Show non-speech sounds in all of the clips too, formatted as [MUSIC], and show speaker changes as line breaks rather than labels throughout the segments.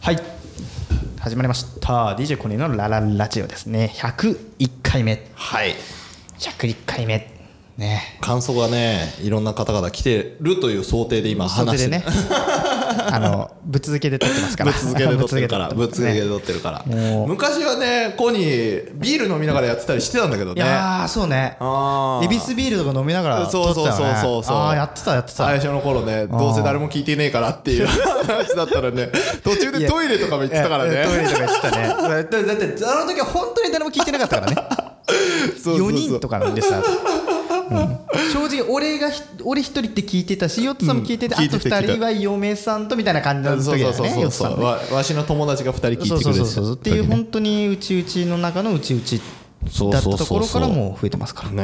はい始まりました DJ コネのラララジオですね101回目
はい
101回目ね
感想がねいろんな方々来てるという想定で今
想定
話し
で
て
ね
[LAUGHS]
あのぶっ続けで撮ってますか
ぶ
ら
っ続けで撮ってるからぶ
[LAUGHS] ぶ
っ
っ
続
続
け
けで
で
撮ってる
撮ってるから
もう
昔はねコニービール飲みながらやってたりしてたんだけど
い
ね
やーそうね
あー
エビスビールとか飲みながら撮
そう
って
そう
たよ
そう
ね
そうそう
あーやってたやってた
最初の頃ねどうせ誰も聞いてねえからっ
[LAUGHS]
ていう話だったらね途中でトイレとかも行ってたから
い
[LAUGHS]
やいやトイ
ね
レとか行ってたねだってだってあの時は本当に誰も聞いてなかったからね
そうそうそう
4人とかなんでさ、うん正直俺がひ俺一人って聞いてたしヨットさんも聞いてて、
うん聞
あ
い
と
てて
2人は嫁さんとみたいな感じの
そう
時だ
そう
よね
そうそ
ヨッ
う
ト
そ
さん
う
ね
わわしの友達が2人聞いてく
そう
れ
そ
て
う
た
そうそうっていう本当にうちうちの中のうちうちだったところからもう増えてますから
ね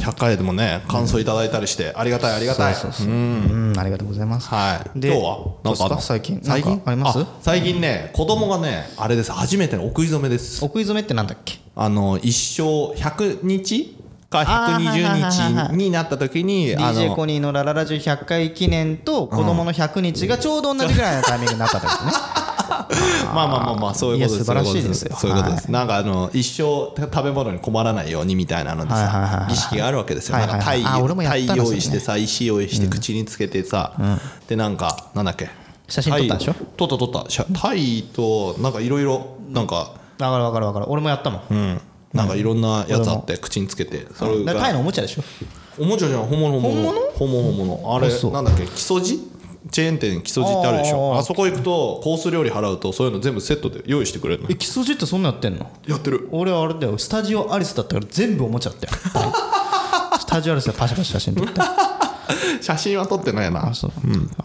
え100回でもね感想いただいたりしてありがたいありがたい
そうそうそううんありがとうございます
はい。
で
今日は
どう
何
です
かあん
か
の
最近なん
最
か
近
あります
最近ね、子供がね、あれです。初めてのお食い初めです
お。食い初めってなんだっけ
あの一生100日か
あーはいはいはいはい
120日になった時に、あ
DJ コ
の
ニーの「ラララジオ」100回記念と子供の100日がちょうど同じぐらいのタイミングになったん
[LAUGHS]
ですね
まあまあまあまあそういうことです。
いや素晴らしいですよ
そういうことです。なんかあの一生食べ物に困らないようにみたいなので
はいはいはい
さ
は、い
儀式があるわけですよ。
は
ないん
はい
か
はい
鯛
あ俺もやったな
鯛用意し
それ
て
ね
祭祀用意して口につけてさ、でなんかなんだっけ。
写真撮ったでしょ
鯛撮った撮ったしゃ。鯛となんかいろいろなんか。
だから分かる分かる俺もやったもん
うん、なんかいろんなやつあって口につけてそれ
だからタイ
が
のおもちゃでしょ
おもちゃじゃん本物本物本物本物あれ
あそう
なんだっけ木曽路チェーン店木曽路ってあるでし
あーあーあ
ょ
ー
あそこ行くとコース料理払うとそういうの全部セットで用意してくれるの
え基礎ジってそんなやってんの
やってる
俺はあれだよスタジオアリスだったから全部おもちゃだったよ [LAUGHS] スタジオアリスでパシャパシャ写真撮った
写真は撮ってないな
あそう、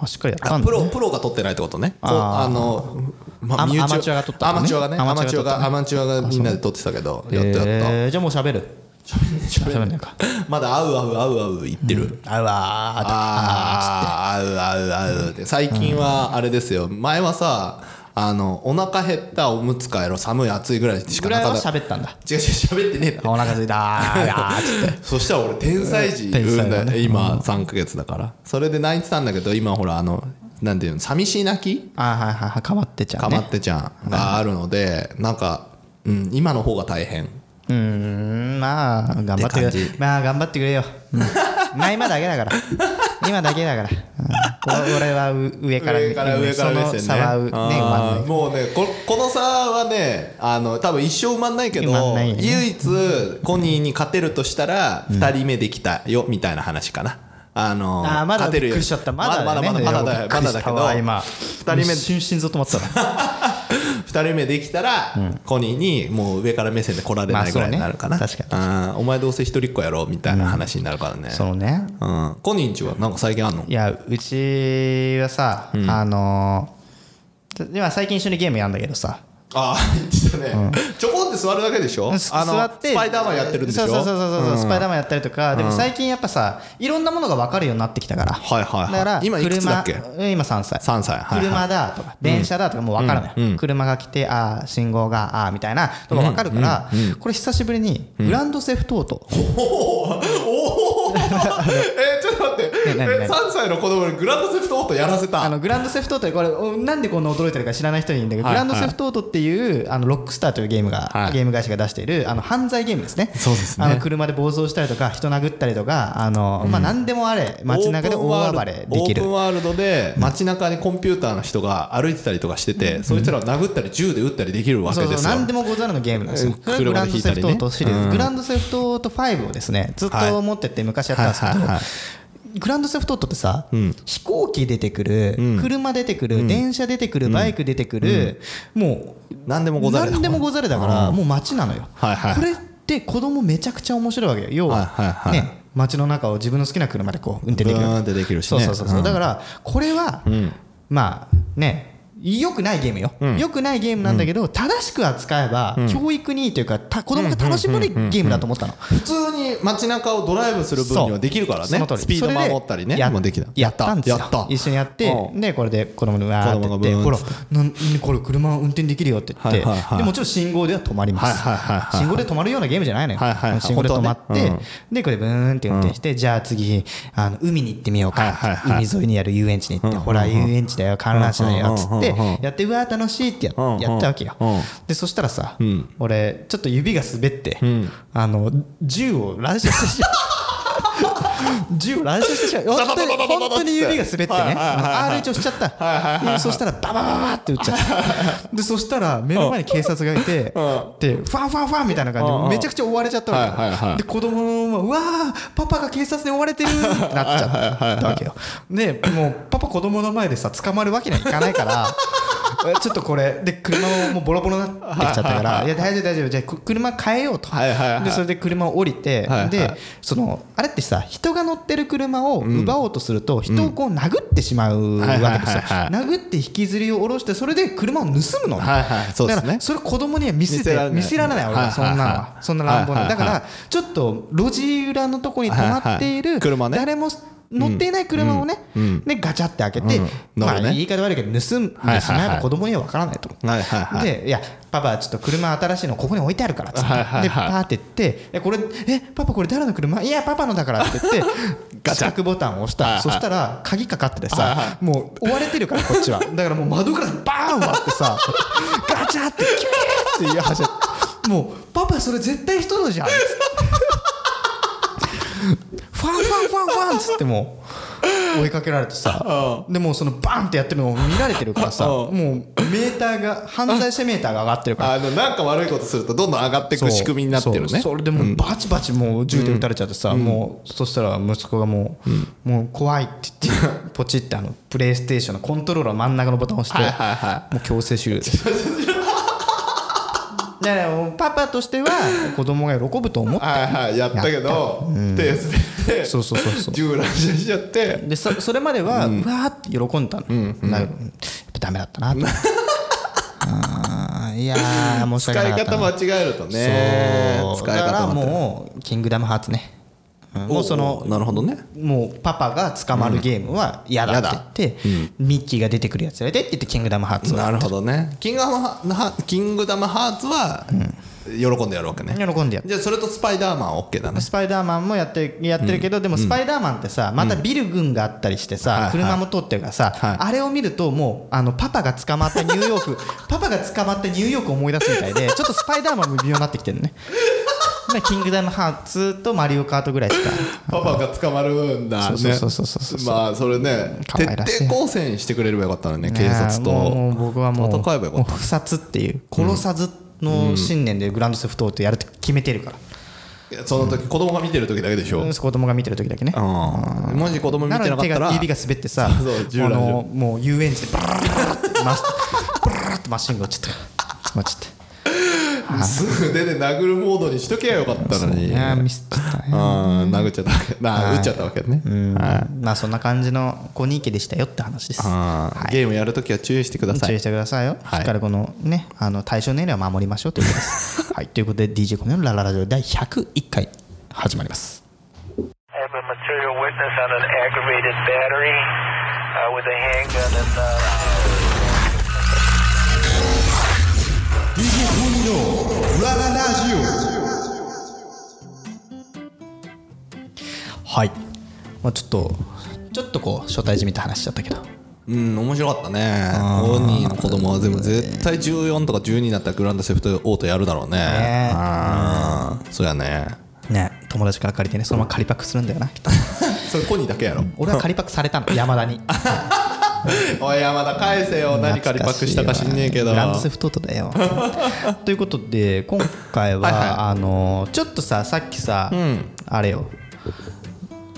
あしっかりやった
あ
ん
プ
だ
ロプロが撮ってないってことねこう
あー
あのま
アマ
身内は
アマチュアが撮った
ア
のね
マチュアがね
ア
ア
マ
マ
チ
チ
ュア
ュア
が
がアマチュアがみんなで撮ってたけどやったやっ
えー、じゃあもう喋る喋んないか
たまだ合う合う合う合う言ってる
あうわーあ
ああ合う合う合うで最近はあれですよ前はさあのお腹減ったおむつ替えろ寒い暑いぐらいしか
ぐら
ないか
は
った
喋ったんだ
違う違う喋ってねえん
あ
だ
お腹すいた [LAUGHS] ーあーつって
そしたら俺天才児
天才だね
うん今3ヶ月だからそれで泣いてたんだけど今ほらあのなんていうの寂しい泣き
あーはいはいはいかまってちゃ
か
うね
まってちゃんがあるのでなんかうん今の方が大変
うーんまあ頑張ってく
って感じ
れまあ頑張ってくれよ、うん、まあ今だけだから今だけだから、うんこ俺はう上から
上から上から
そ
目
の
線
差
ね
はうね埋まん
あ
な
ー
い
もうねここの差はねあの多分一生埋まんないけど
埋まんないね
唯一コニーに勝てるとしたら2人目できたよみたいな話かな。あの
あーまだ
勝て
び
る
っ
よ
くりしちゃったまだ
まだまだまだまだ
ま
ま
だ
だ
だけ
だけ
ど
ど
今
人目
一瞬心臓止まってたな
2人目できたら、コニーにもう上から目線で来られないぐらいになるかな、
まあそうね確
あーお前どうせ一人っ子やろみたいな話になるから [LAUGHS] ね、
そのね
うんコニーんちはなんか最近あんの
いやうちはさ、あのー今最近一緒にゲームやんだけどさ
ああ言ってたね、ちょこんって座るだけでしょあの
す座って
スパイダーマンやってるんでし
そ
ょ
うそうそうそうそううんスパイダーマンやったりとかでも最近やっぱさいろんなものが分かるようになってきたから
はいはいはい
だから
今いくつだっけ
車うん今3歳
3歳はい、はい、
車だとか電車だとかもう分からない、車が来てああ信号がああみたいなとか分かるから、これ久しぶりにグランドセフトオート、
おお [LAUGHS] えちょっと待って
ね何何
え3歳の子供にグランドセフトオートやらせた
あのグランドセフトオートこれおなんでこんな驚いてるか知らない人にいるんだけど、
はい
グランドセフトオートっていうあのロックスターというゲームが、
はい
ゲーム会社が出しているあの犯罪ゲームですね
そうですね
あの車で暴走したりとか人殴ったりとかあの、まあ、何でもあれ街中で大暴れできる
オープンワールドオープンワールドで街中にコンピューターの人が歩いてたりとかしてて、そいつらを殴ったり銃で撃ったりできるわけ
そう
です
そ
よ
う何でもござるのゲームなんですよ
うん。
それがグランドセフトオートシリーズ、
うん
グランドセフトオート5をですねずっと持ってて昔やったんですけど、
はいはいはいは
グランドセフトオートってさ、飛行機出てくる、車出てくる、電車出てくる、バイク出てくる、もう
何でもござれだ
何でもござれだからもう街なのよ、
はいはい
これって子供めちゃくちゃ面白いわけよ要は、
はいはいはい
ね街の中を自分の好きな車でこう運転できる
ブーンってできるしね
そうそうそうそう
うん
だからこれは、まあね良くないゲームよ、良くないゲームなんだけど、正しく扱えば、教育にいいというかた子供が楽しめるゲームだと思ったの、
普通に街中をドライブする分にはできるから
そ
ね
の通り
スピード守った
それ
りね
でや
もうできた
やったんですよ
やった
一緒にやって
うん
でこれで子供にわーって言っ
子供が
て
ブーン
ほらなんこれ車運転できるよって言って
はいはいはい
でもちろん信号では止まります
はいはいはいはい
信号で止まるようなゲームじゃないのよ
はいはいはい
信号で止まっ
本当は
て
ね
でこれブーンって運転してじゃあ次あの海に行ってみよう
はいはい
か
はい
海沿いにある遊園地に行ってほら遊園地だよ観覧車だよっつっで
うんうん
やってうわー楽しいってや
うんうん
やったわけよ
うん
でそしたらさ
ん
俺ちょっと指が滑って
ん
あの銃を乱射してしまう銃を乱射してしまう
[LAUGHS]
本当に本当に指が滑ってね
はいはいはいはい
あー RH 押しちゃったうんそしたらバババババって打っちゃ
[LAUGHS]
ったでそしたら目の前に警察がいてでファンファンファンみたいな感
うんう
じ
ん
でめちゃくちゃ追われちゃった
はいはいは
わ
い
けで子供もうわーパパが警察に追われてるってなっちゃったわけよでもうパパ子供の前でさ捕まるわけにはいかないから
[LAUGHS]
えちょっとこれで車ももうボロボロになってきちゃったからいや大丈夫大丈夫じゃあく車変えようと
はいはいはい
でそれで車を降りて
はいはい
でそのあれってさ人が乗ってる車を奪おうとすると人をこう殴ってしまうわけですよ
はいはいはい
[LAUGHS] 殴って引きずりを下ろしてそれで車を盗むの
はいはいそうで
だ
すね
からそれ子供には見せ
見せられ
て
ない
見せられない
はい
俺
はい
そんなの
は
はいそんな乱暴
はい
なだ
はい
か
はい
らちょっと路地裏のとこに止まってい
はいは
る
い車ね
誰も乗っていない車をねでガチャって開けて
うん
まあ
乗るね
言い方悪いけど盗んでしま
はいは
え
いは
ば
い
子供には分からないと
はいはいはい
で、いや、パパ、ちょっと車新しいのここに置いてあるからっつって、
はいはいはい
で、パーって言って、え、これ、え、パパ、これ誰の車いや、パパのだからって言って、
[LAUGHS] ガチャ
四角ボタンを押し
は
た、
いはい
そしたら、鍵かかってて
はい
さ、もう追われてるから、こっち
[LAUGHS]
は。だからもう窓からバーン割ってさ、ガチャって、キューって言い始めて、もう、パパ、それ絶対人のじゃんっつって。ファンファンファンファンっつってもう追いかけられてさでもうそのバーンってやってるのを見られてるからさ
う
もうメーターが犯罪者メーターが上がってるから
あのなんか悪いことするとどんどん上がってい
そう
く仕組みになってる
そう
ね
それでもうバチバチもう銃で撃たれちゃってさ、もうそしたら息子がもう,、もう怖いって言って [LAUGHS] ポチってあのプレイステーションのコントローラー真ん中のボタンを押して、
はいはいは
もう強制終 [LAUGHS] 了ですだからもうパパとしては子供が喜ぶと思っ
はいはいやったけど手滑って
てそうそうそうそう
銃乱射しちゃって
でそそれまでは、うわーって喜んだの、だけどやっぱダメだった [LAUGHS] なってあーいやー申し
使
訳ないかった
方
な
間違えるとね
そう
使い
だか
方
ら
間違える
もう「キングダムハーツね」うんもうそ
お
の
うなるほどね
もうパパが捕まるゲームは嫌だって言って、ミッキーが出てくるやつやでって言って「キングダムハーツ」を
なるほどねキングダムハキングダムハーツは喜んでやるわけね
喜んでやって
じゃあそれとスパイダーマンは OK だね
スパイダーマンもやってやってるけど、でもスパイダーマンってさまたビル群があったりして
はい
さ、
はい
車も通ってるからさ、
はい
あれを見るともうあのパパが捕まったニューヨー
[LAUGHS]
クパパが捕まったニューヨークを思い出すみたいでちょっとスパイダーマンも微妙になってきてる
[LAUGHS]
ねまあキングダムハーツとマリオカートぐらいしか
パパが捕まるんだね
そうそうそうそうそうそう
まあそれね
可
徹
愛らしい
底抗戦してくれればよかったのね
い
警
やー
察
もうもう
と
僕はもう
戦えばよかった
もう不殺っていう殺さずの信念でグランドセフトオートやるって決めてるから、
いやその時子供が見てる時だけでしょ
うん、子供が見てる時だけね
うんもし子供見て
な
な
の
かっ
で手
たら
が指が滑ってさ
[LAUGHS] そうそう従
あ
来
のもう遊園地でブルーってマスブルーってマシンが落ちちゃった落ちちゃっ
素手で殴るモードにしとけばよかったの
たい
に
やーミスっちゃった
うん
ね
殴っちゃったわけな撃っちゃったわけね
うんまあそんな感じのコニー家でしたよって話です
あーゲームやるときは注意してくださ
注
い
意してくださいよ、
はい
しっかりこのねあの対象年齢は守りましょうということですはいということで DJ コミのラララジオ第101回始まります
I have a material witness on an aggravated battery uh, with a handgun and. Uh
DJ ラララジ
はい、まあ、ちょっとちょっとこう初対じみた話しちゃったけど
オうん面白かったね5人の子供は全部絶対14とか12になったらグランドセフトオートやるだろうね
ね
あーそうやね
ね友達から借りてねそのまま借りパクするんだよ
[LAUGHS]
な
それコニーだけやろ
俺は借りパクされたの山田
[LAUGHS]
に
おい山田返せよ何借りパクしたか知んねえけど
グランドセフトオートだ
[LAUGHS]
よということで今回は
はいはい
あのちょっとささっきさ、あれよ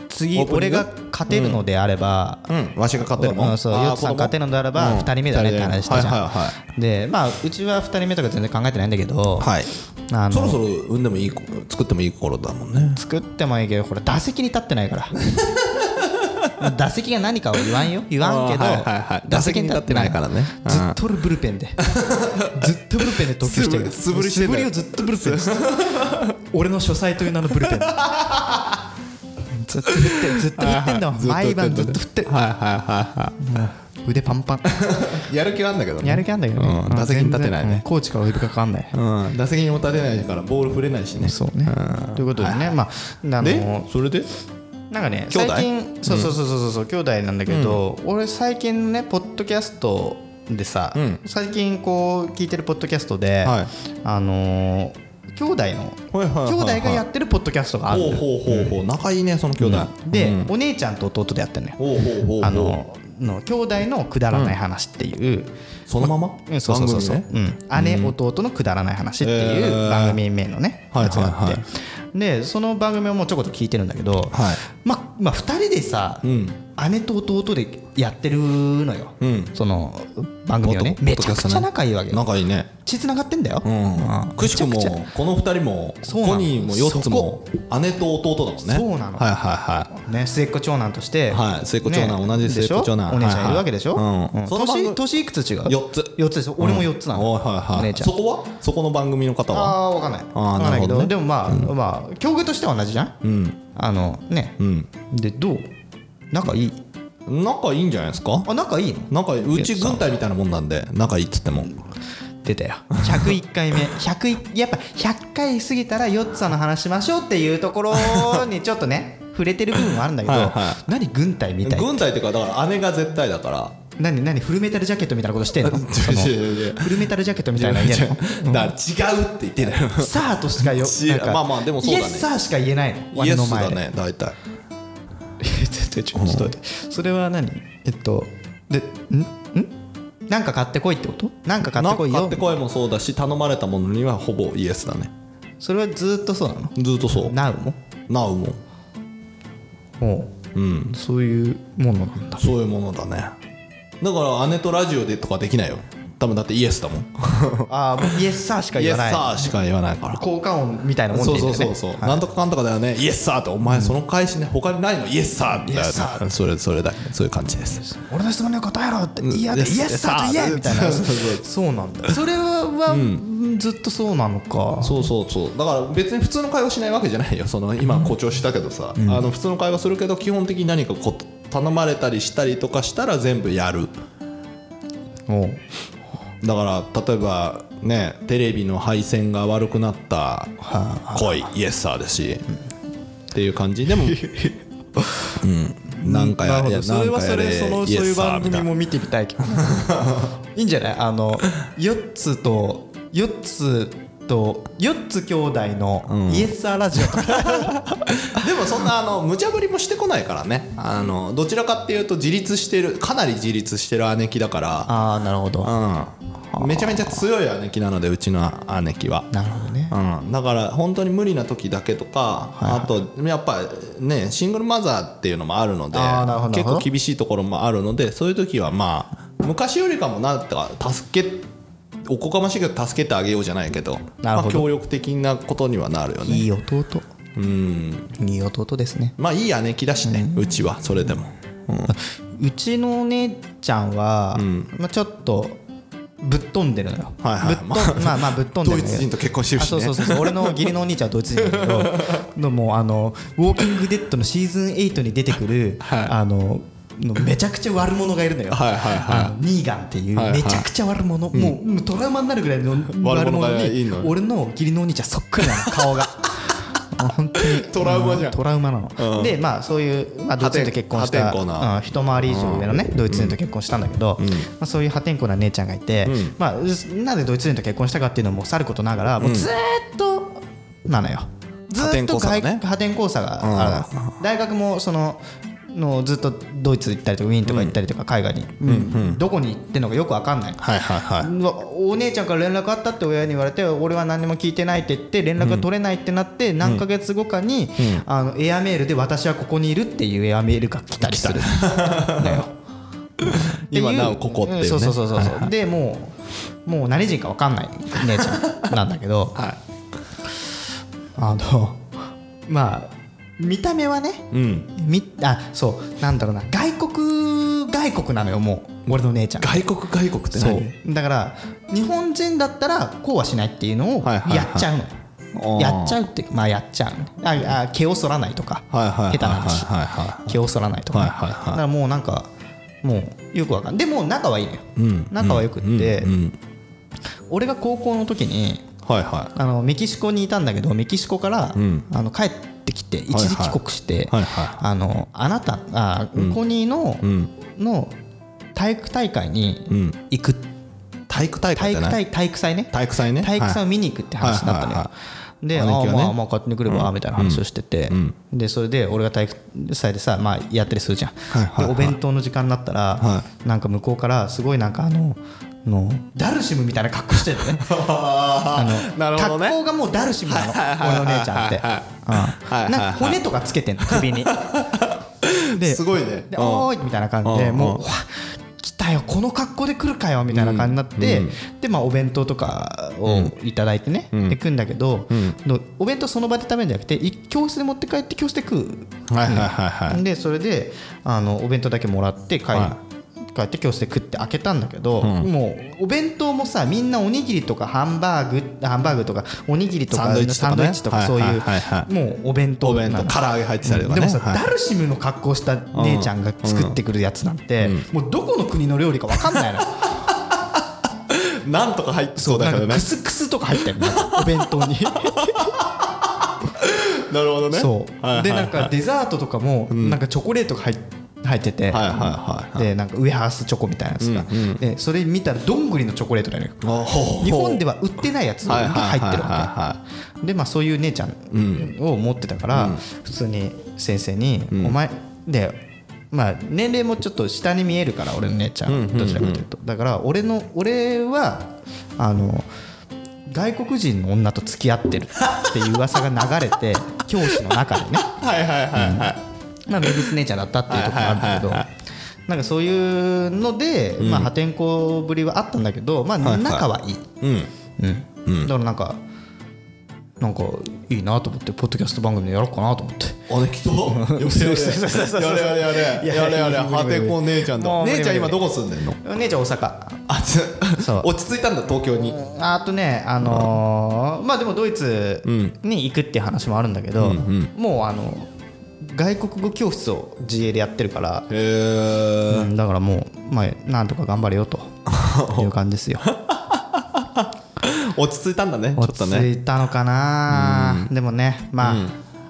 次
オープニ
俺
ング
が勝てるのであれば、
うんわしが勝てるも
うん
ん
そう
あー
ヨクさん
子供
勝てるのであれば
うん
2人目だねって話したじ
はい
ゃ
はいはい
んでまあうちは2人目とか全然考えてないんだけど、
はい。
あの
そろそろ産んでもいい子、作ってもいい頃だもんね。
作ってもいいけどこれ打席に立ってないから [LAUGHS] 打席が何かを言わんよ言わんけど、
あーはいはいはい打席に立ってないからね
ずっと俺ブルペン [LAUGHS] でずっとブルペンで投球してる
素振り素振りしてんだよ
素をずっとブルペンでしてる [LAUGHS] 俺の書斎という名のブルペンでずっと振ってるずっと振ってんだもん毎晩ずっと振ってる
はいはいはいは
腕パンパン
い。やる気はあんだけどね。
やる気あんだけどね
うん打席に立てな
全
い
然うん
ね。
コーチからお呼びかかんない
うん。打席にも立てないから、ボール触れないしね。
そうねということでねまああの
で、それで
なんかね
兄弟
最近そうそうそうそうそう兄弟なんだけど、俺最近ねポッドキャストでさ、
うん
最近こう聞いてるポッドキャストで、
はい
あのー兄弟の
はいはいはいは
兄
い
弟がやってるポッドキャストがある
ほ
の
う
よ
ほうほうほう仲いいねその兄弟
で、
うん
お姉ちゃんと弟でやってるのよ
ほうほうほうほう
あのの兄弟のくだらない話っていう、
そのまま
うん、そうそうそうそう、
番組ね
うん、姉、弟のくだらない話って
え
いう
ー
番組名のね、
はい
やつがあって、
はいは
でその番組をもうちょこちょこ聞いてるんだけど、
はい
ままあ2人でさ、
ん
姉と弟でやってるのよ、
うん
その番組をね
元
めちゃくちゃ仲いいわけよ
仲いいね
血つながってんだよ、
うんくしくも
めちゃく
この二人も
そうなの
コニーも4つも姉と弟だもんね
そうなの
はいはいはい
ね、末っ子長男として、
はい末っ子長男同じ末っ子長
でしょお
男
姉ちゃんい
はいはい
るわけでしょ、
うんその番組
年年いくつ違う
四つ
4つでしょ俺も4つなの、
うんはいはいはい
お姉ちゃん
そこはそこの番組の方は
ああ分かんない分
あー
かんないけど
なるほどね
でもまあ、まあ境遇としては同じじゃん、
うん
あのね
うん
でどう仲いい
仲いいんじゃないですか
あ仲いいの
仲いいうち軍隊みたいなもんなんで仲いいっつっても
出たよ101回目101やっぱ100回過ぎたらヨッツァの話しましょうっていうところ
[LAUGHS]
にちょっとね触れてる部分はあるんだけど
はいはい
何軍隊みたい
軍隊っていうかだから姉が絶対だから
何何フルメタルジャケットみたいなことしてん
[LAUGHS]
のその
違う違う違う
フルメタルジャケットみたいなの言えんの
だから違うって言って
[LAUGHS]
たよ
さあとしか
[LAUGHS]
よ
違う
なんか
まあまあでもそうだね
イエスさあしか言えないの
イ
俺
エ
の
ス
前
だ
で [LAUGHS]
ね大体
えちょちょちょっと待ってそれは何えっとでんんなんか買ってこいってことなんか買ってこい
なんか買
よ
ってこいもそうだし頼まれたものにはほぼイエスだね
それはずーっとそうなの
ずっとそう
なうも
なうもん
も
うん
うそういうものなんだ
そういうものだねだから姉とラジオでとかできないよ多分だってイエスだもん
[LAUGHS] ああイエスサーしか
イ
言
エス
わない
サーしか言わないから
効果音みたいなもんで
そ
いういんだ
そ
よ
う
ね
そうそう、なんとかかんとかだよねイエスサーってお前その返しね他にないのイエスサーみたい
イエスサー
なそれそれだけそういう感じです
俺の質問には答えろって
ん
いやでイエ
イエ
ス
ス
サーと言え
サー
みたいな
そうそうそう
そうなんだそれはうんずっとそうなのか
そうそうそうだから別に普通の会話しないわけじゃないよその今誇張したけどさ、あの普通の会話するけど基本的に何かこう頼まれたりしたりとかしたら全部やる
おう
だから例えばねテレビの配線が悪くなった恋イエスサーですし、っていう感じ
[LAUGHS]
でもうんなんかやれ
それはそれそ
なん
の
か
そう
やれイ
い
エ
う
スサー
番
みた
組
い
も見てみたいけど [LAUGHS] いいんじゃないあの4つと4つと4つ兄弟のイエス・ア・ラジオとか、
なでもそんなあの無茶ぶりもしてこないからねあのどちらかっていうと自立してるかなり自立してる姉貴だから
[LAUGHS] ああなるほど
うんめちゃめちゃ強い姉貴なのでうちの姉貴は
なるほどね
うん、だから本当に無理な時だけとか、あとやっぱねシングルマザーっていうのもあるので
あーなるほどなる
結
ほど
構厳しいところもあるのでそういう時はまあ昔よりかもなんとか助けおこがましいけど助けてあげようじゃないけど
なるほど
まあ、協力的なことにはなるよね
いい弟
うん
いい弟ですね
まあいい姉貴だしね、うちはそれでも、
うちのお姉ちゃんは、まあ、ちょっとぶっ飛んでるのよ、
はいはい
ぶっ飛んまあ
[LAUGHS]
まあぶっ飛んでるんだけど
ドイツ人と結婚してるしね
あそうそうそう俺の義理のお兄ちゃんはドイツ人だけ
[LAUGHS]
どでももうあの「ウォーキング・デッド」のシーズン8に出てくる、あののめちゃくちゃ悪者がいるのよ、
はいはいはい
あのニーガンっていう、
はいは
め
い
ちゃくちゃ悪者、もうもうトラウマになるぐらいの悪
悪者
者
がいい
に
の
俺の義理のお兄ちゃんそっくりなの
[LAUGHS]
顔が本当に
トラウマじゃん
トラウマなの、
うん
でまあそういう、まあ、ドイツ人と結婚した
破天荒な
うん一回り以上上のね、ドイツ人と結婚したんだけど、まあ、そういう破天荒な姉ちゃんがいて、
ん
まあ、うなんでドイツ人と結婚したかっていうのもさることながら、もうずーっとなのよずーっと
破
外
天荒さがね
破天荒さがあるの大学もそののずっとドイツ行ったりとかウィーンとか行ったりとか海外に、うんどこに行ってんのかよく分かんない、
はいはいは
うわお姉ちゃんから連絡あったって親に言われて俺は何も聞いてないって言って連絡が取れないってなって何ヶ月後かに、あのエアメールで私はここにいるっていうエアメールが来たりす
[LAUGHS]
るだよ
今
っていう
なおここっていうね
んそうそうそうそうそうでもうもう何人か分かんない姉ちゃんなんだけど、
[LAUGHS] はい
あのまあ見た目はね
うん
みあそうなんだろうな外国外国なのよもう俺の姉ちゃん
外国外国って
そう
何
だから日本人だったらこうはしないっていうのを
はいはいはい
やっちゃうの、
あー
やっちゃうっていうかまあやっちゃうああ毛を剃らないとか、
はいはいはいはい
下手な話
はいは
毛を剃らないとかね、
はいはいはい
だからもうなんかもうよくわかんないでも仲はいいのよ、
ん
仲はよくっ
い
て、
うんうん
俺が高校の時に
はいは
あのメキシコにいたんだけどメキシコから、
うん
あの帰ってきて一時帰国して、
はいはい
あのあなたあコニーの、
いうん
の体育大会
う
に
ん
行く、
体育大
体
会じゃ
育
ない
大体育祭ね
体育祭ね
体育祭を
[LAUGHS]
見に行くって話になったの
はい
よ
は
で、あ
姉貴
あ
がね
まあまあ勝手に来ればみたいな話をしてて、でそれで俺が体育祭でさ、まあ、やったりするじゃん、
いはいはい
でお弁当の時間になったら、
は
なんか向こうからすごいなんかあののダルシムみたいな格好してるのねあ [LAUGHS] の
なるほどね
格好がもうダルシムなの俺の姉ちゃんって
はいはいはい
うんなんか骨とかつけてんの首にです
ごいね
で
うん
おーいみたいな感じで
うん
もう
うん
うわ来たよこの格好で来るかよみたいな感じになって、でまあお弁当とかをいただいてね、で食うんだけど、のお弁当その場で食べるんじゃなくてい教室で持って帰って教室で食う、
はいはいはいはい
でそれであのお弁当だけもらって帰,、
は
帰って教室で食って開けたんだけど、もうお弁当もさみんなおにぎりとかハンバーグハンバーグとかおにぎりとか
サンドイッチと
サ
かね
ンドイッチとかそうい
はいうはいはいはい
もうお弁当
お弁
な
当
の
唐揚げ入ってたりとかね
でもさ、
はい
ダルシムの格好した姉ちゃんが作ってくるやつなんて、もうどこの国の料理か分かん
[LAUGHS]
ないの
なんとか入ってそうだ
な
けど
んか
ね
クスクスとか入ってるお弁当
[LAUGHS]
に
なるほどね
そう、
はいはいはい
でなんかデザートとかも、なんかチョコレートが入っ入ってて、
はいはいはいはい
でなんかウエハースチョコみたいなやつが、でそれ見たらどんぐりのチョコレートなのよ
あほうほう
日本では売ってないやつが
はいはいは
入
い
ってるわけ、
は
でまあそういう姉ちゃんを持ってたから、普通に先生に「お前」でまあ年齢もちょっと下に見えるから俺の姉ちゃんどちらかというとだから俺の俺はあの外国人の女と付き合ってるっていう噂が流れ
[LAUGHS]
て教師の中でね
いはいはいはいはい
まあ、名物姉ちゃんだったっていうところもあるんだけど、
はいはいはい
なんかそういうので、まあ、破天荒ぶりはあったんだけど、まあ、
はい
仲はいい、
うん
うんだからなんかなんかいいなと思ってポッドキャスト番組でやろうかなと思って。
姉
[LAUGHS]
貴と寄せ寄せやれやれやれ
いや
やれや
い
れ
や
破天荒姉ちゃん
も
と
う無理
姉ちゃん
無
今
理
どこ住んでんの
姉ちゃん大阪
あ
そ
そうう [LAUGHS] 落ち着いたんだ東京に
あとねあのーまあでもドイツに行くっていう話もあるんだけど、もうあの外国語教室を自営でやってるから、
へえ
うんだからもう、まあ、なんとか頑張れよ [LAUGHS] という感じですよ
落ち着いたんだねちょ
落
っと
ち
ね
着いたのかな、でもね、まあ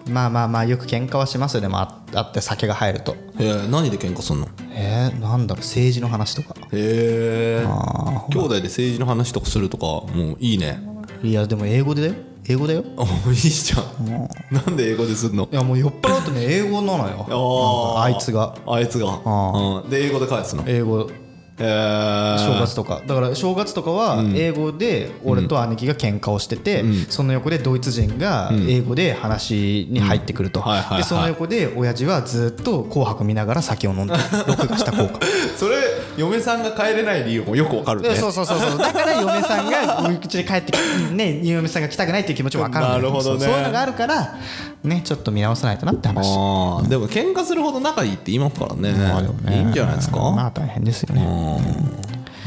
まあまあまあよく喧嘩はしますよでもああって酒が入ると
へえ何で喧嘩すんの
えー、なんだろう政治の話とか
へえ兄弟で政治の話とかするとかもういいね [LAUGHS]
いやでも英語でだよ英語だよ
おいいじゃんなんで英語ですんの
いやもう酔っ払うとね英語なのよ
あ
なんかあいつが
あいつがうんで英語で返すのへ
英語
え
正月とかだから正月とかは英語で俺と姉貴が喧嘩をしてて、その横でドイツ人が英語で話に入ってくると、
うんはいはいはい
でその横で親父はずっと「紅白」見ながら酒を飲んで録画した効 [LAUGHS] 果
それ嫁さんが帰れない理由もよくわかるね
でそうそうそうそうだから嫁さんがうちに帰ってきね嫁さんが来たくないっていう気持ちも分かるんだけ
なるほどね
そうそういうのがあるからねちょっと見直さないとなって話
ああでも喧嘩するほど仲いいって言いますからね
あるよね
いいんじゃないですか、
まあ大変ですよね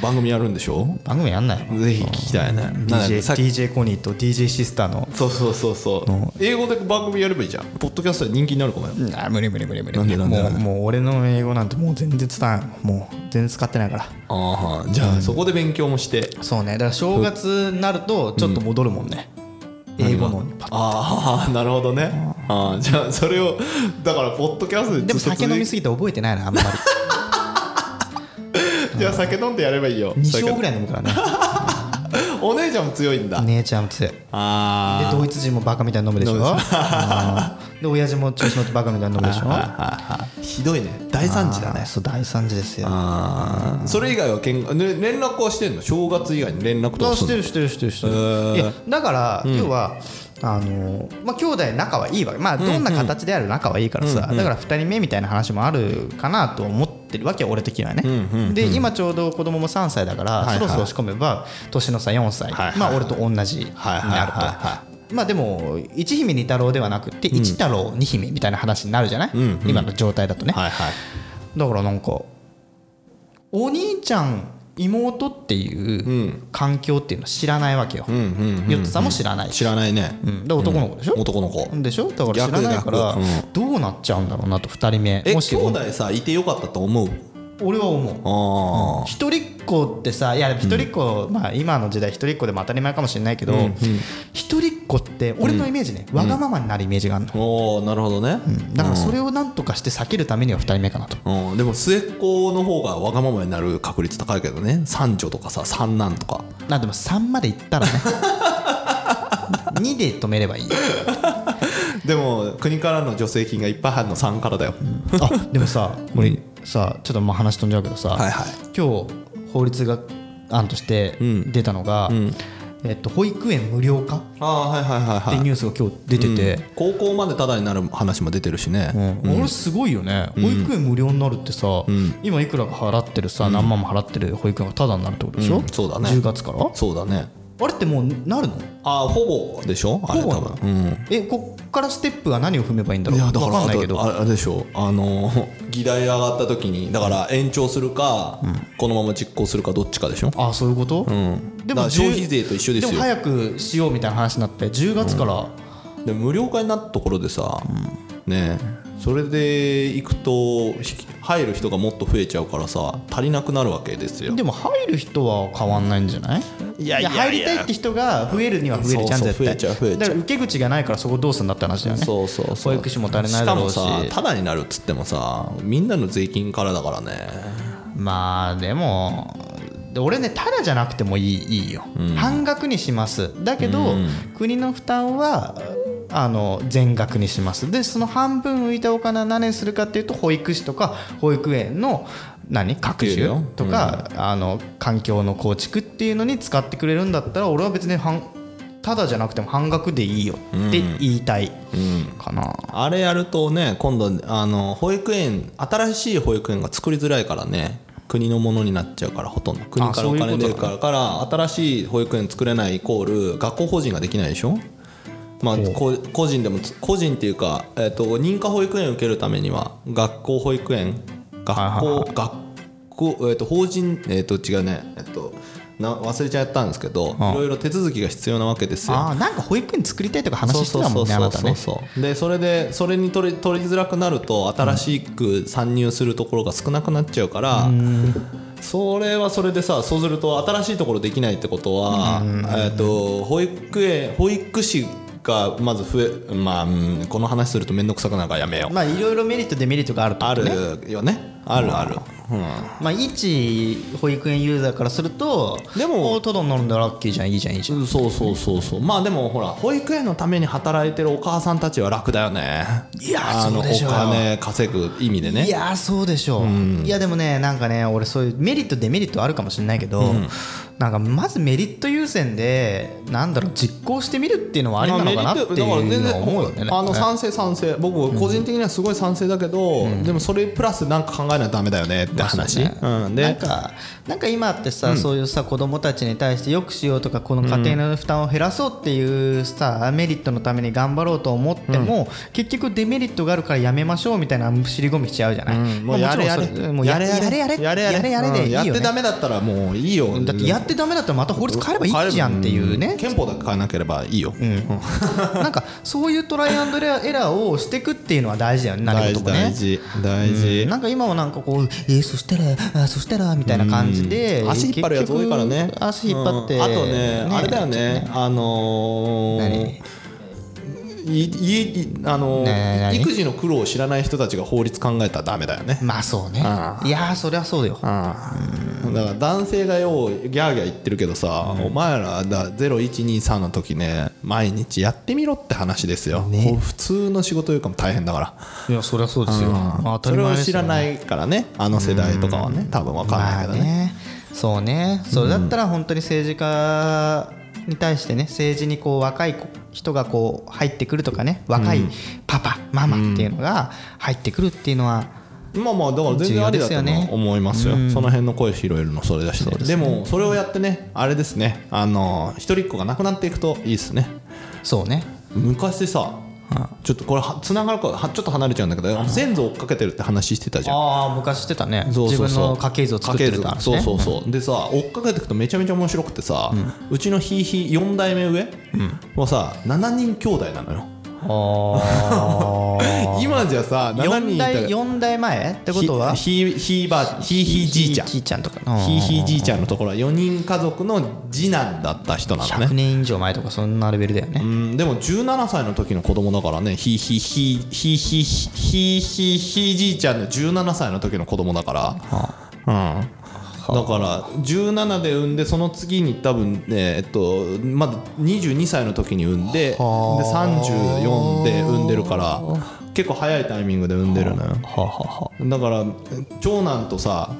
番組やるんでしょ
番組やんないよ
ぜひ聞きたいねなんで
DJ,
さっき
DJ コニーと DJ シスターの
そうそうそうそう英語で番組やればいいじゃんポッドキャストで人気になるかもよ
あ無理無理無理無理
なんでなんで
も
な
うん
で
もう俺の英語なんてもう全然伝わんもう全然使ってないから
ああじゃあそこで勉強もして
そうねだから正月になるとちょっと戻るもんね、英語のパ
ああなるほどねああじゃあそれをだからポッドキャストで
でも
ずっと
酒飲みすぎて覚えてないなあんまり
[LAUGHS] じゃあ酒飲んでやればいいよ
2勝ぐ
らい
らい飲む
[LAUGHS]
からね
お姉ちゃんも強いんだ、
姉ちゃんも強いで
ああ
ドイツ人もバカみたいに飲むでしょ
飲むで
うんで親父も調子乗ってバカみたいに飲むでし
[LAUGHS]
ょ
ひどいね大惨事だ
あ
ね
ーそう大惨事ですよ
あーそれ以外はけん、ね、連絡はしてんの正月以外に連絡と
あ
か
し
す
て
る
るしてるしてるしてる、
へー
いやだから、要はあのーまあ兄弟仲はいいわけまあどんな形である仲はいいからさ、だから2人目みたいな話もあるかなと思ってるわけよ俺的にはね、で今ちょうど子供も3歳だから、
はい
そろそろ仕込めば年の差4歳、
はいはい
まあ俺と同じに
はいはい
なると、
はいは
まあでも一姫二太郎ではなくて一太郎二姫みたいな話になるじゃない、今の状態だとね、
はいはい
だからなんかお兄ちゃん妹っていう環境っていうの知らないわけよ、
うんうん
ヨッツさんも知らないし、
知らないね、
うん、で男の子でしょ、
男の子
でしょだから知らないから
逆逆
どうなっちゃうんだろうなと2人目
え
も
兄
し
弟さいてよかったと思う
俺は思う
あ
一人っ子ってさいやでも一人っ子、まあ、今の時代一人っ子でも当たり前かもしれないけど、一人っ子って俺のイメージね、わがままになるイメージがあるの、
あおおなるほどね、
だからそれをなんとかして避けるためには二人目かなと
うん、でも末っ子の方がわがままになる確率高いけどね三女とかさ三男とか
なんでも3までいった [LAUGHS] らね2で止めれば [LAUGHS] いい
でも国からの助成金がいっぱい入るの3からだよ、
あでもさ俺さちょっとまあ話飛んじゃうけどさ、
はいはい
今日法律が案として
ん
出たのが、えっと、保育園無料化っ
ああはいはいはい
ていうニュースが今日出てて、
高校までタダになる話も出てるしね、
うん、俺すごいよね、保育園無料になるってさ、今いくらか払ってるさ、何万も払ってる保育園がタダになるってことでしょ、
うんそうだね
10月からあ
そうだね
れってもうなるの
ああほぼでしょあれ
ほぼ
多
なの
分、うん
えこっからステップは何を踏めばいいんだろう
いやだから
分かんないけど
あとああれでしょあの議題上がった時にだから延長するか、このまま実行するかどっちかでしょ、
あそういうこと、
うん、だから消費税と一緒です
で
よ
も早くしようみたいな話になって10月から、
で無料化になったところでさ、ねえそれで行くとひ入る人がもっと増えちゃうからさ足りなくなるわけですよ
でも入る人は変わんないんじゃない
いやいやいや
入りたいって人が増えるには増えるじゃん
そうそ
絶
う
対
増えちゃう増えちゃう
だから受け口がないからそこどうすんだって話だよね
そうそうそ
保
う
育士も足りないだろうし
かもさタダになるっつってもさみんなの税金からだからね
まあでもで俺ねただじゃなくてもいいいいよ、半額にしますだけど、国の負担はあの全額にしますでその半分浮いたお金は何にするかっていうと保育士とか保育園の何各
いい
種
よ
とか、あの環境の構築っていうのに使ってくれるんだったら俺は別に半ただじゃなくても半額でいいよって言いたいかな、
あれやるとね今度あの保育園新しい保育園が作りづらいからね国のものになっちゃうからほとんど国からお
そうい
金
うこと
出
だ
るからから新しい保育園作れないイコール学校法人ができないでしょまあ、こ個人でもつ個人っていうか、えっと認可保育園を受けるためには学校保育園学
はいはい
校
は
学校、えっと法人、えっと違うね、えっとな忘れちゃったんですけどい
ああ
ろいろ手続きが必要なわけですよ。
ああなんか保育園作りたいとか話してたもんねあなたね
そうそうそうそうでそれでそれに取り取りづらくなると新しく参入するところが少なくなっちゃうから、それはそれでさそうすると新しいところできないってことは、えっと保育園保育士がまず増えまあ、うんこの話すると面倒くさくなるからやめよう、
まあいろいろメリットデメリットがあると
あ
ね
るよねあるある、う
まあ、一保育園ユーザーからすると
でも
おただ飲んだらラッキーじゃんいいじゃんいいじゃん
んそうそうそうそうまあでもほら保育園のために働いてるお母さんたちは楽だよね
いやー
あの
そうでしょ
お
うよ
金稼ぐ意味でね
いやーそうでしょう、いやでもねなんかね俺そういうメリットデメリットあるかもしれないけど、なんかまずメリット優先でなんだろう実行してみるっていうのはありなのかなっていうのは思うよねな
あの
んかね
賛成賛成僕個人的にはすごい賛成だけど、でもそれプラスなんか考えないとダメだよねって話、
まあそう
うん、
なん
で
かなんか今ってさ、そういうさ子供たちに対してよくしようとかこの家庭の負担を減らそうっていうさ、メリットのために頑張ろうと思っても、結局デメリットがあるからやめましょうみたいな尻込みしちゃうじゃない、
うんも
ま
うや
あ
れや
も
れ
ちろんそもうやれやれやれ
やれやれ
やれでいいよ、
う
ね
んやってダメだったらもういいよ
だってやってダメだったらまた法律変えればいいじゃんっていうね、
憲法だけ変えなければいいよ、
なんかそういうトライアンドエラーをしていくっていうのは大事だよね何
大
事
事
もね
大事大事、
なんか今はなんかこう、えーそしたら、あーそしたらみたいな感じで、
足引っ張るやつ多いからね
結局足引っ張って、
うんあとねあれだよねあのーいいいあのー
ねえ何
育児の苦労を知らない人たちが法律考えたらダメだよね
まあそうね、い
あ
やー、そりゃそうよ、
だから男性がようギャーギャー言ってるけどさ、お前らだ0123の時ね毎日やってみろって話ですよ、もう普通の仕事よりかも大変だから、
いや、そりゃそうですよ、まあ当た
そ
り
れ
前
を
です
知
よ
らないからねあの世代とかはね多分わかんない
まあ
けどね,、
ね、そうね、それだったら本当に政治家に対してね、政治にこう若い人がこう入ってくるとかね、若いパパ、ママっていうのが入ってくるっていうのは、
まあまあだから全然ありだ
重要で
と
すよね
思いますよその辺の声拾えるのそれだしね、でもそれをやってねあれですねあの一人っ子がなくなっていくといいですね
そうね、
昔さちょっとこれはつながるからはちょっと離れちゃうんだけど先祖追っかけてるって話してたじゃん
ああ、昔してたね、
そう
自
そう
分
そう
の家系図を作ってるって話ね。
家系図そうそうそうでさ追っかけていくとめちゃめちゃ面白くてさ、うちのひいひい4代目上はさ7人兄弟なのよ
あ
今じゃさ7人
4
いたら
代 [LAUGHS] 四代前ってことは
ひひひいばひいひいじいちゃん
ひ
ひ
いちゃんとか
いひいじいちゃんのところは4人家族の次男だった人なの
100
ね
年以上前とかそんなレベルだよ
う
ね
んでも17歳の時の子供だからねひいひいひいひいひいひいひいひいじいちゃんの17歳の時の子供だからうんだから17で産んでその次に多分ねえっとまだ22歳の時に産んでで34で産んでるから結構早いタイミングで産んでるのよ
はあはあは
だから長男とさ、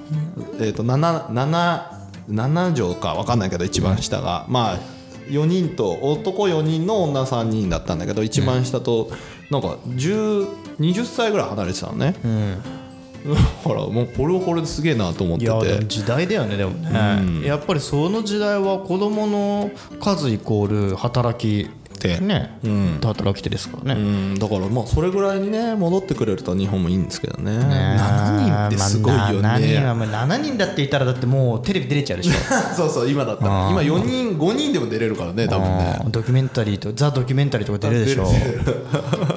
えー、と 7, 7, 7畳か分かんないけど一番下が、まあ4人と男4人の女3人だったんだけど一番下となんか10 20歳ぐらい離れてたのね、 [LAUGHS] だからもうこれはこれですげえなと思っ
い
て
やで
て
も時代だよねでもねやっぱりその時代は子供の数イコール働きでね働き手ですから
う
ね
んだからまあそれぐらいにね戻ってくれると日本もいいんですけどね
ね
7人ってすごいよね、
まあ7人はもう7人だっていたらだってもうテレビ出れちゃうでしょ
[LAUGHS] そうそう今だったら今4人5人でも出れるからね多分ね
うんドキュメンタリーとザ・ドキュメンタリーとか出るでしょうん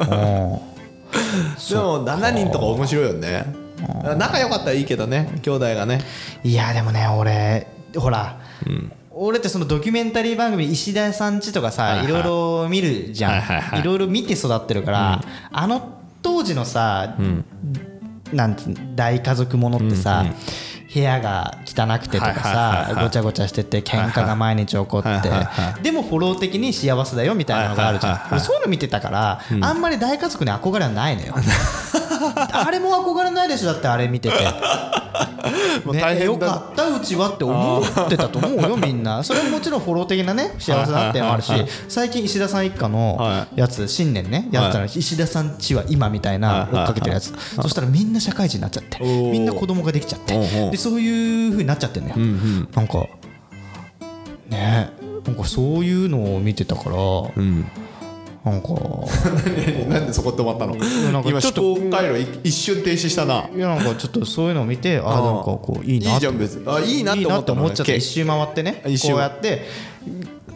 でも7人とか面白いよね仲良かったらいいけどね兄弟がね
いやでもね俺ほら、俺ってそのドキュメンタリー番組石田さんちとかさ、いろいろ見るじゃん、
はいいはいはい
ろいろ見て育ってるから、あの当時のさ、なんて大家族ものってさ、部屋が汚くてとか
はいはいはい
さ
はい
ごちゃごちゃしてて喧嘩が毎日起こって
はいはいは
でもフォロー的に幸せだよみたいなのがあるじゃ
はいはい
ん俺そういうの見てたからあんまり大家族に憧れはないの
[LAUGHS]
よあれも憧れないでしょだってあれ見ててね、
大変だ
よかったうちはって思ってたと思う
[LAUGHS]
よみんなそれはもちろんフォロー的なね幸せだってもあるし
はいは
最近石田さん一家の
は
やつ新年ねやったら石田さんちは今みたいな
はい
追っかけてるやつそしたらみんな社会人になっちゃって
おー
みんな子供ができちゃっ
おうお
て
う
でそういう風になっちゃってんのよなんかねなんかそういうのを見てたから
ん
なんか
なんで [LAUGHS] そこ止まったの
なんか
今
ちょ
思
っと
考回路い一瞬停止したない
やなんかちょっとそういうのを見てああなんかこういい
いい
なって
じゃん別にあいいなっ
い
て
い
思
なっ
っ
て
た
思
の
っちゃって一周回ってね
一周
こうやって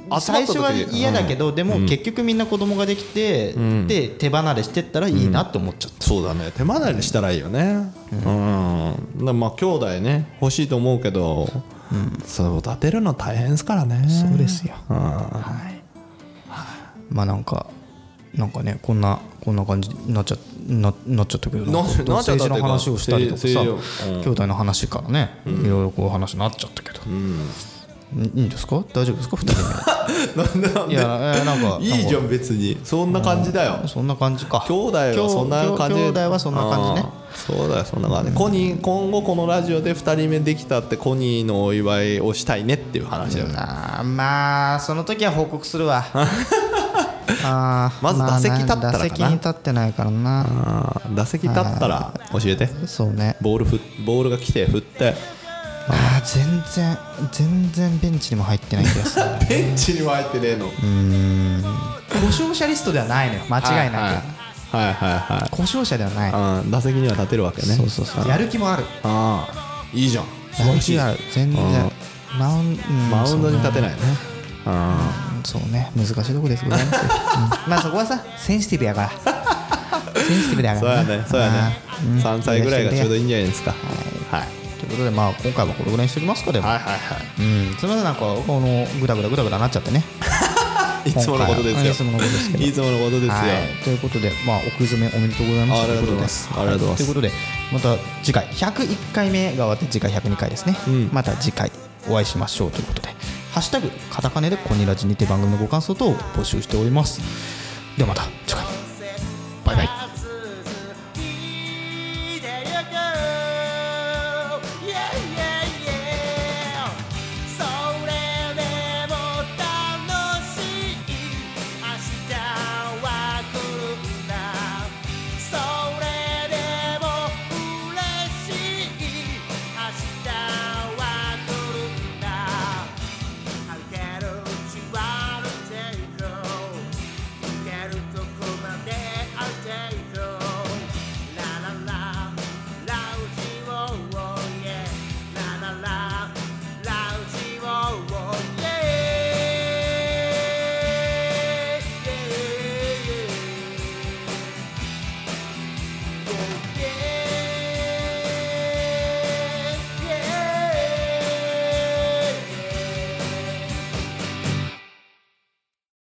まった
最
時
初は嫌だけどでも結局みんな子供ができてで手離れしてったらいいなって思っちゃっ
そうだね手離れしたらいいよねうん、だからまあ兄弟ね欲しいと思うけど、そう立てるの大変ですからね
た
そう
よはいまあなんかなんかねこんなこんな感じになっちゃななっちゃったけどなんか
ななっちゃったって
政治
いうか
の話をしたりとかさ
政政治うん
兄弟の話からねいろいろこう話になっちゃったけどいいいんですか大丈夫ですか二人
[LAUGHS] なんだなん
目いやえーなんか
いいじゃん別にそんな感じだよ、
そんな感じか
兄弟はそんな感じ
兄弟はそんな感じね
うんそうだよそんな感じ、コニー今後このラジオで2人目できたってコニーのお祝いをしたいねっていう話だよね、
あーまあその時は報告するわあー
まず打席立ったらかな
打席に立ってないからな
あー打席立ったら教えて
そうね
ボールふボールが来て振って
あー全然全然ベンチにも入ってない気がする
ベンチには入ってねえの
故障者リストではないのよ間違い
はい
なく
はいはい
故障者ではない
はいうん打席には立てるわけね
そうそうそうやる気もある
あーいいじゃん素
や
晴
る
らし
気
い
がある全然マウンうん
マウンドに立てないね
そうね難しいとこですございますようんまあそこはさセンシティブやからセンシティブだか
そうや
らな
ねそうやね
ん
3歳ぐらいがちょうどいいんじゃないですかはい
ということでまあ今回はこれぐらいにしておきますかでも
はいはいはい
うん、すみませんなんかこのぐだぐだぐだぐだなっちゃってね。
いつものことですよ。
いつものことですけど
いつものことですよ。
はい、ということで、まあ、奥詰めおめでとうございます
ありがとうございます
ということで
ありがとうございます
ということでまた次回101回目が終わって次回102回ですね、
ん
また次回お会いしましょうということで「ハッシュタグカタカネ」でコニラジにて番組のご感想等を募集しておりますではまた次回バイバイ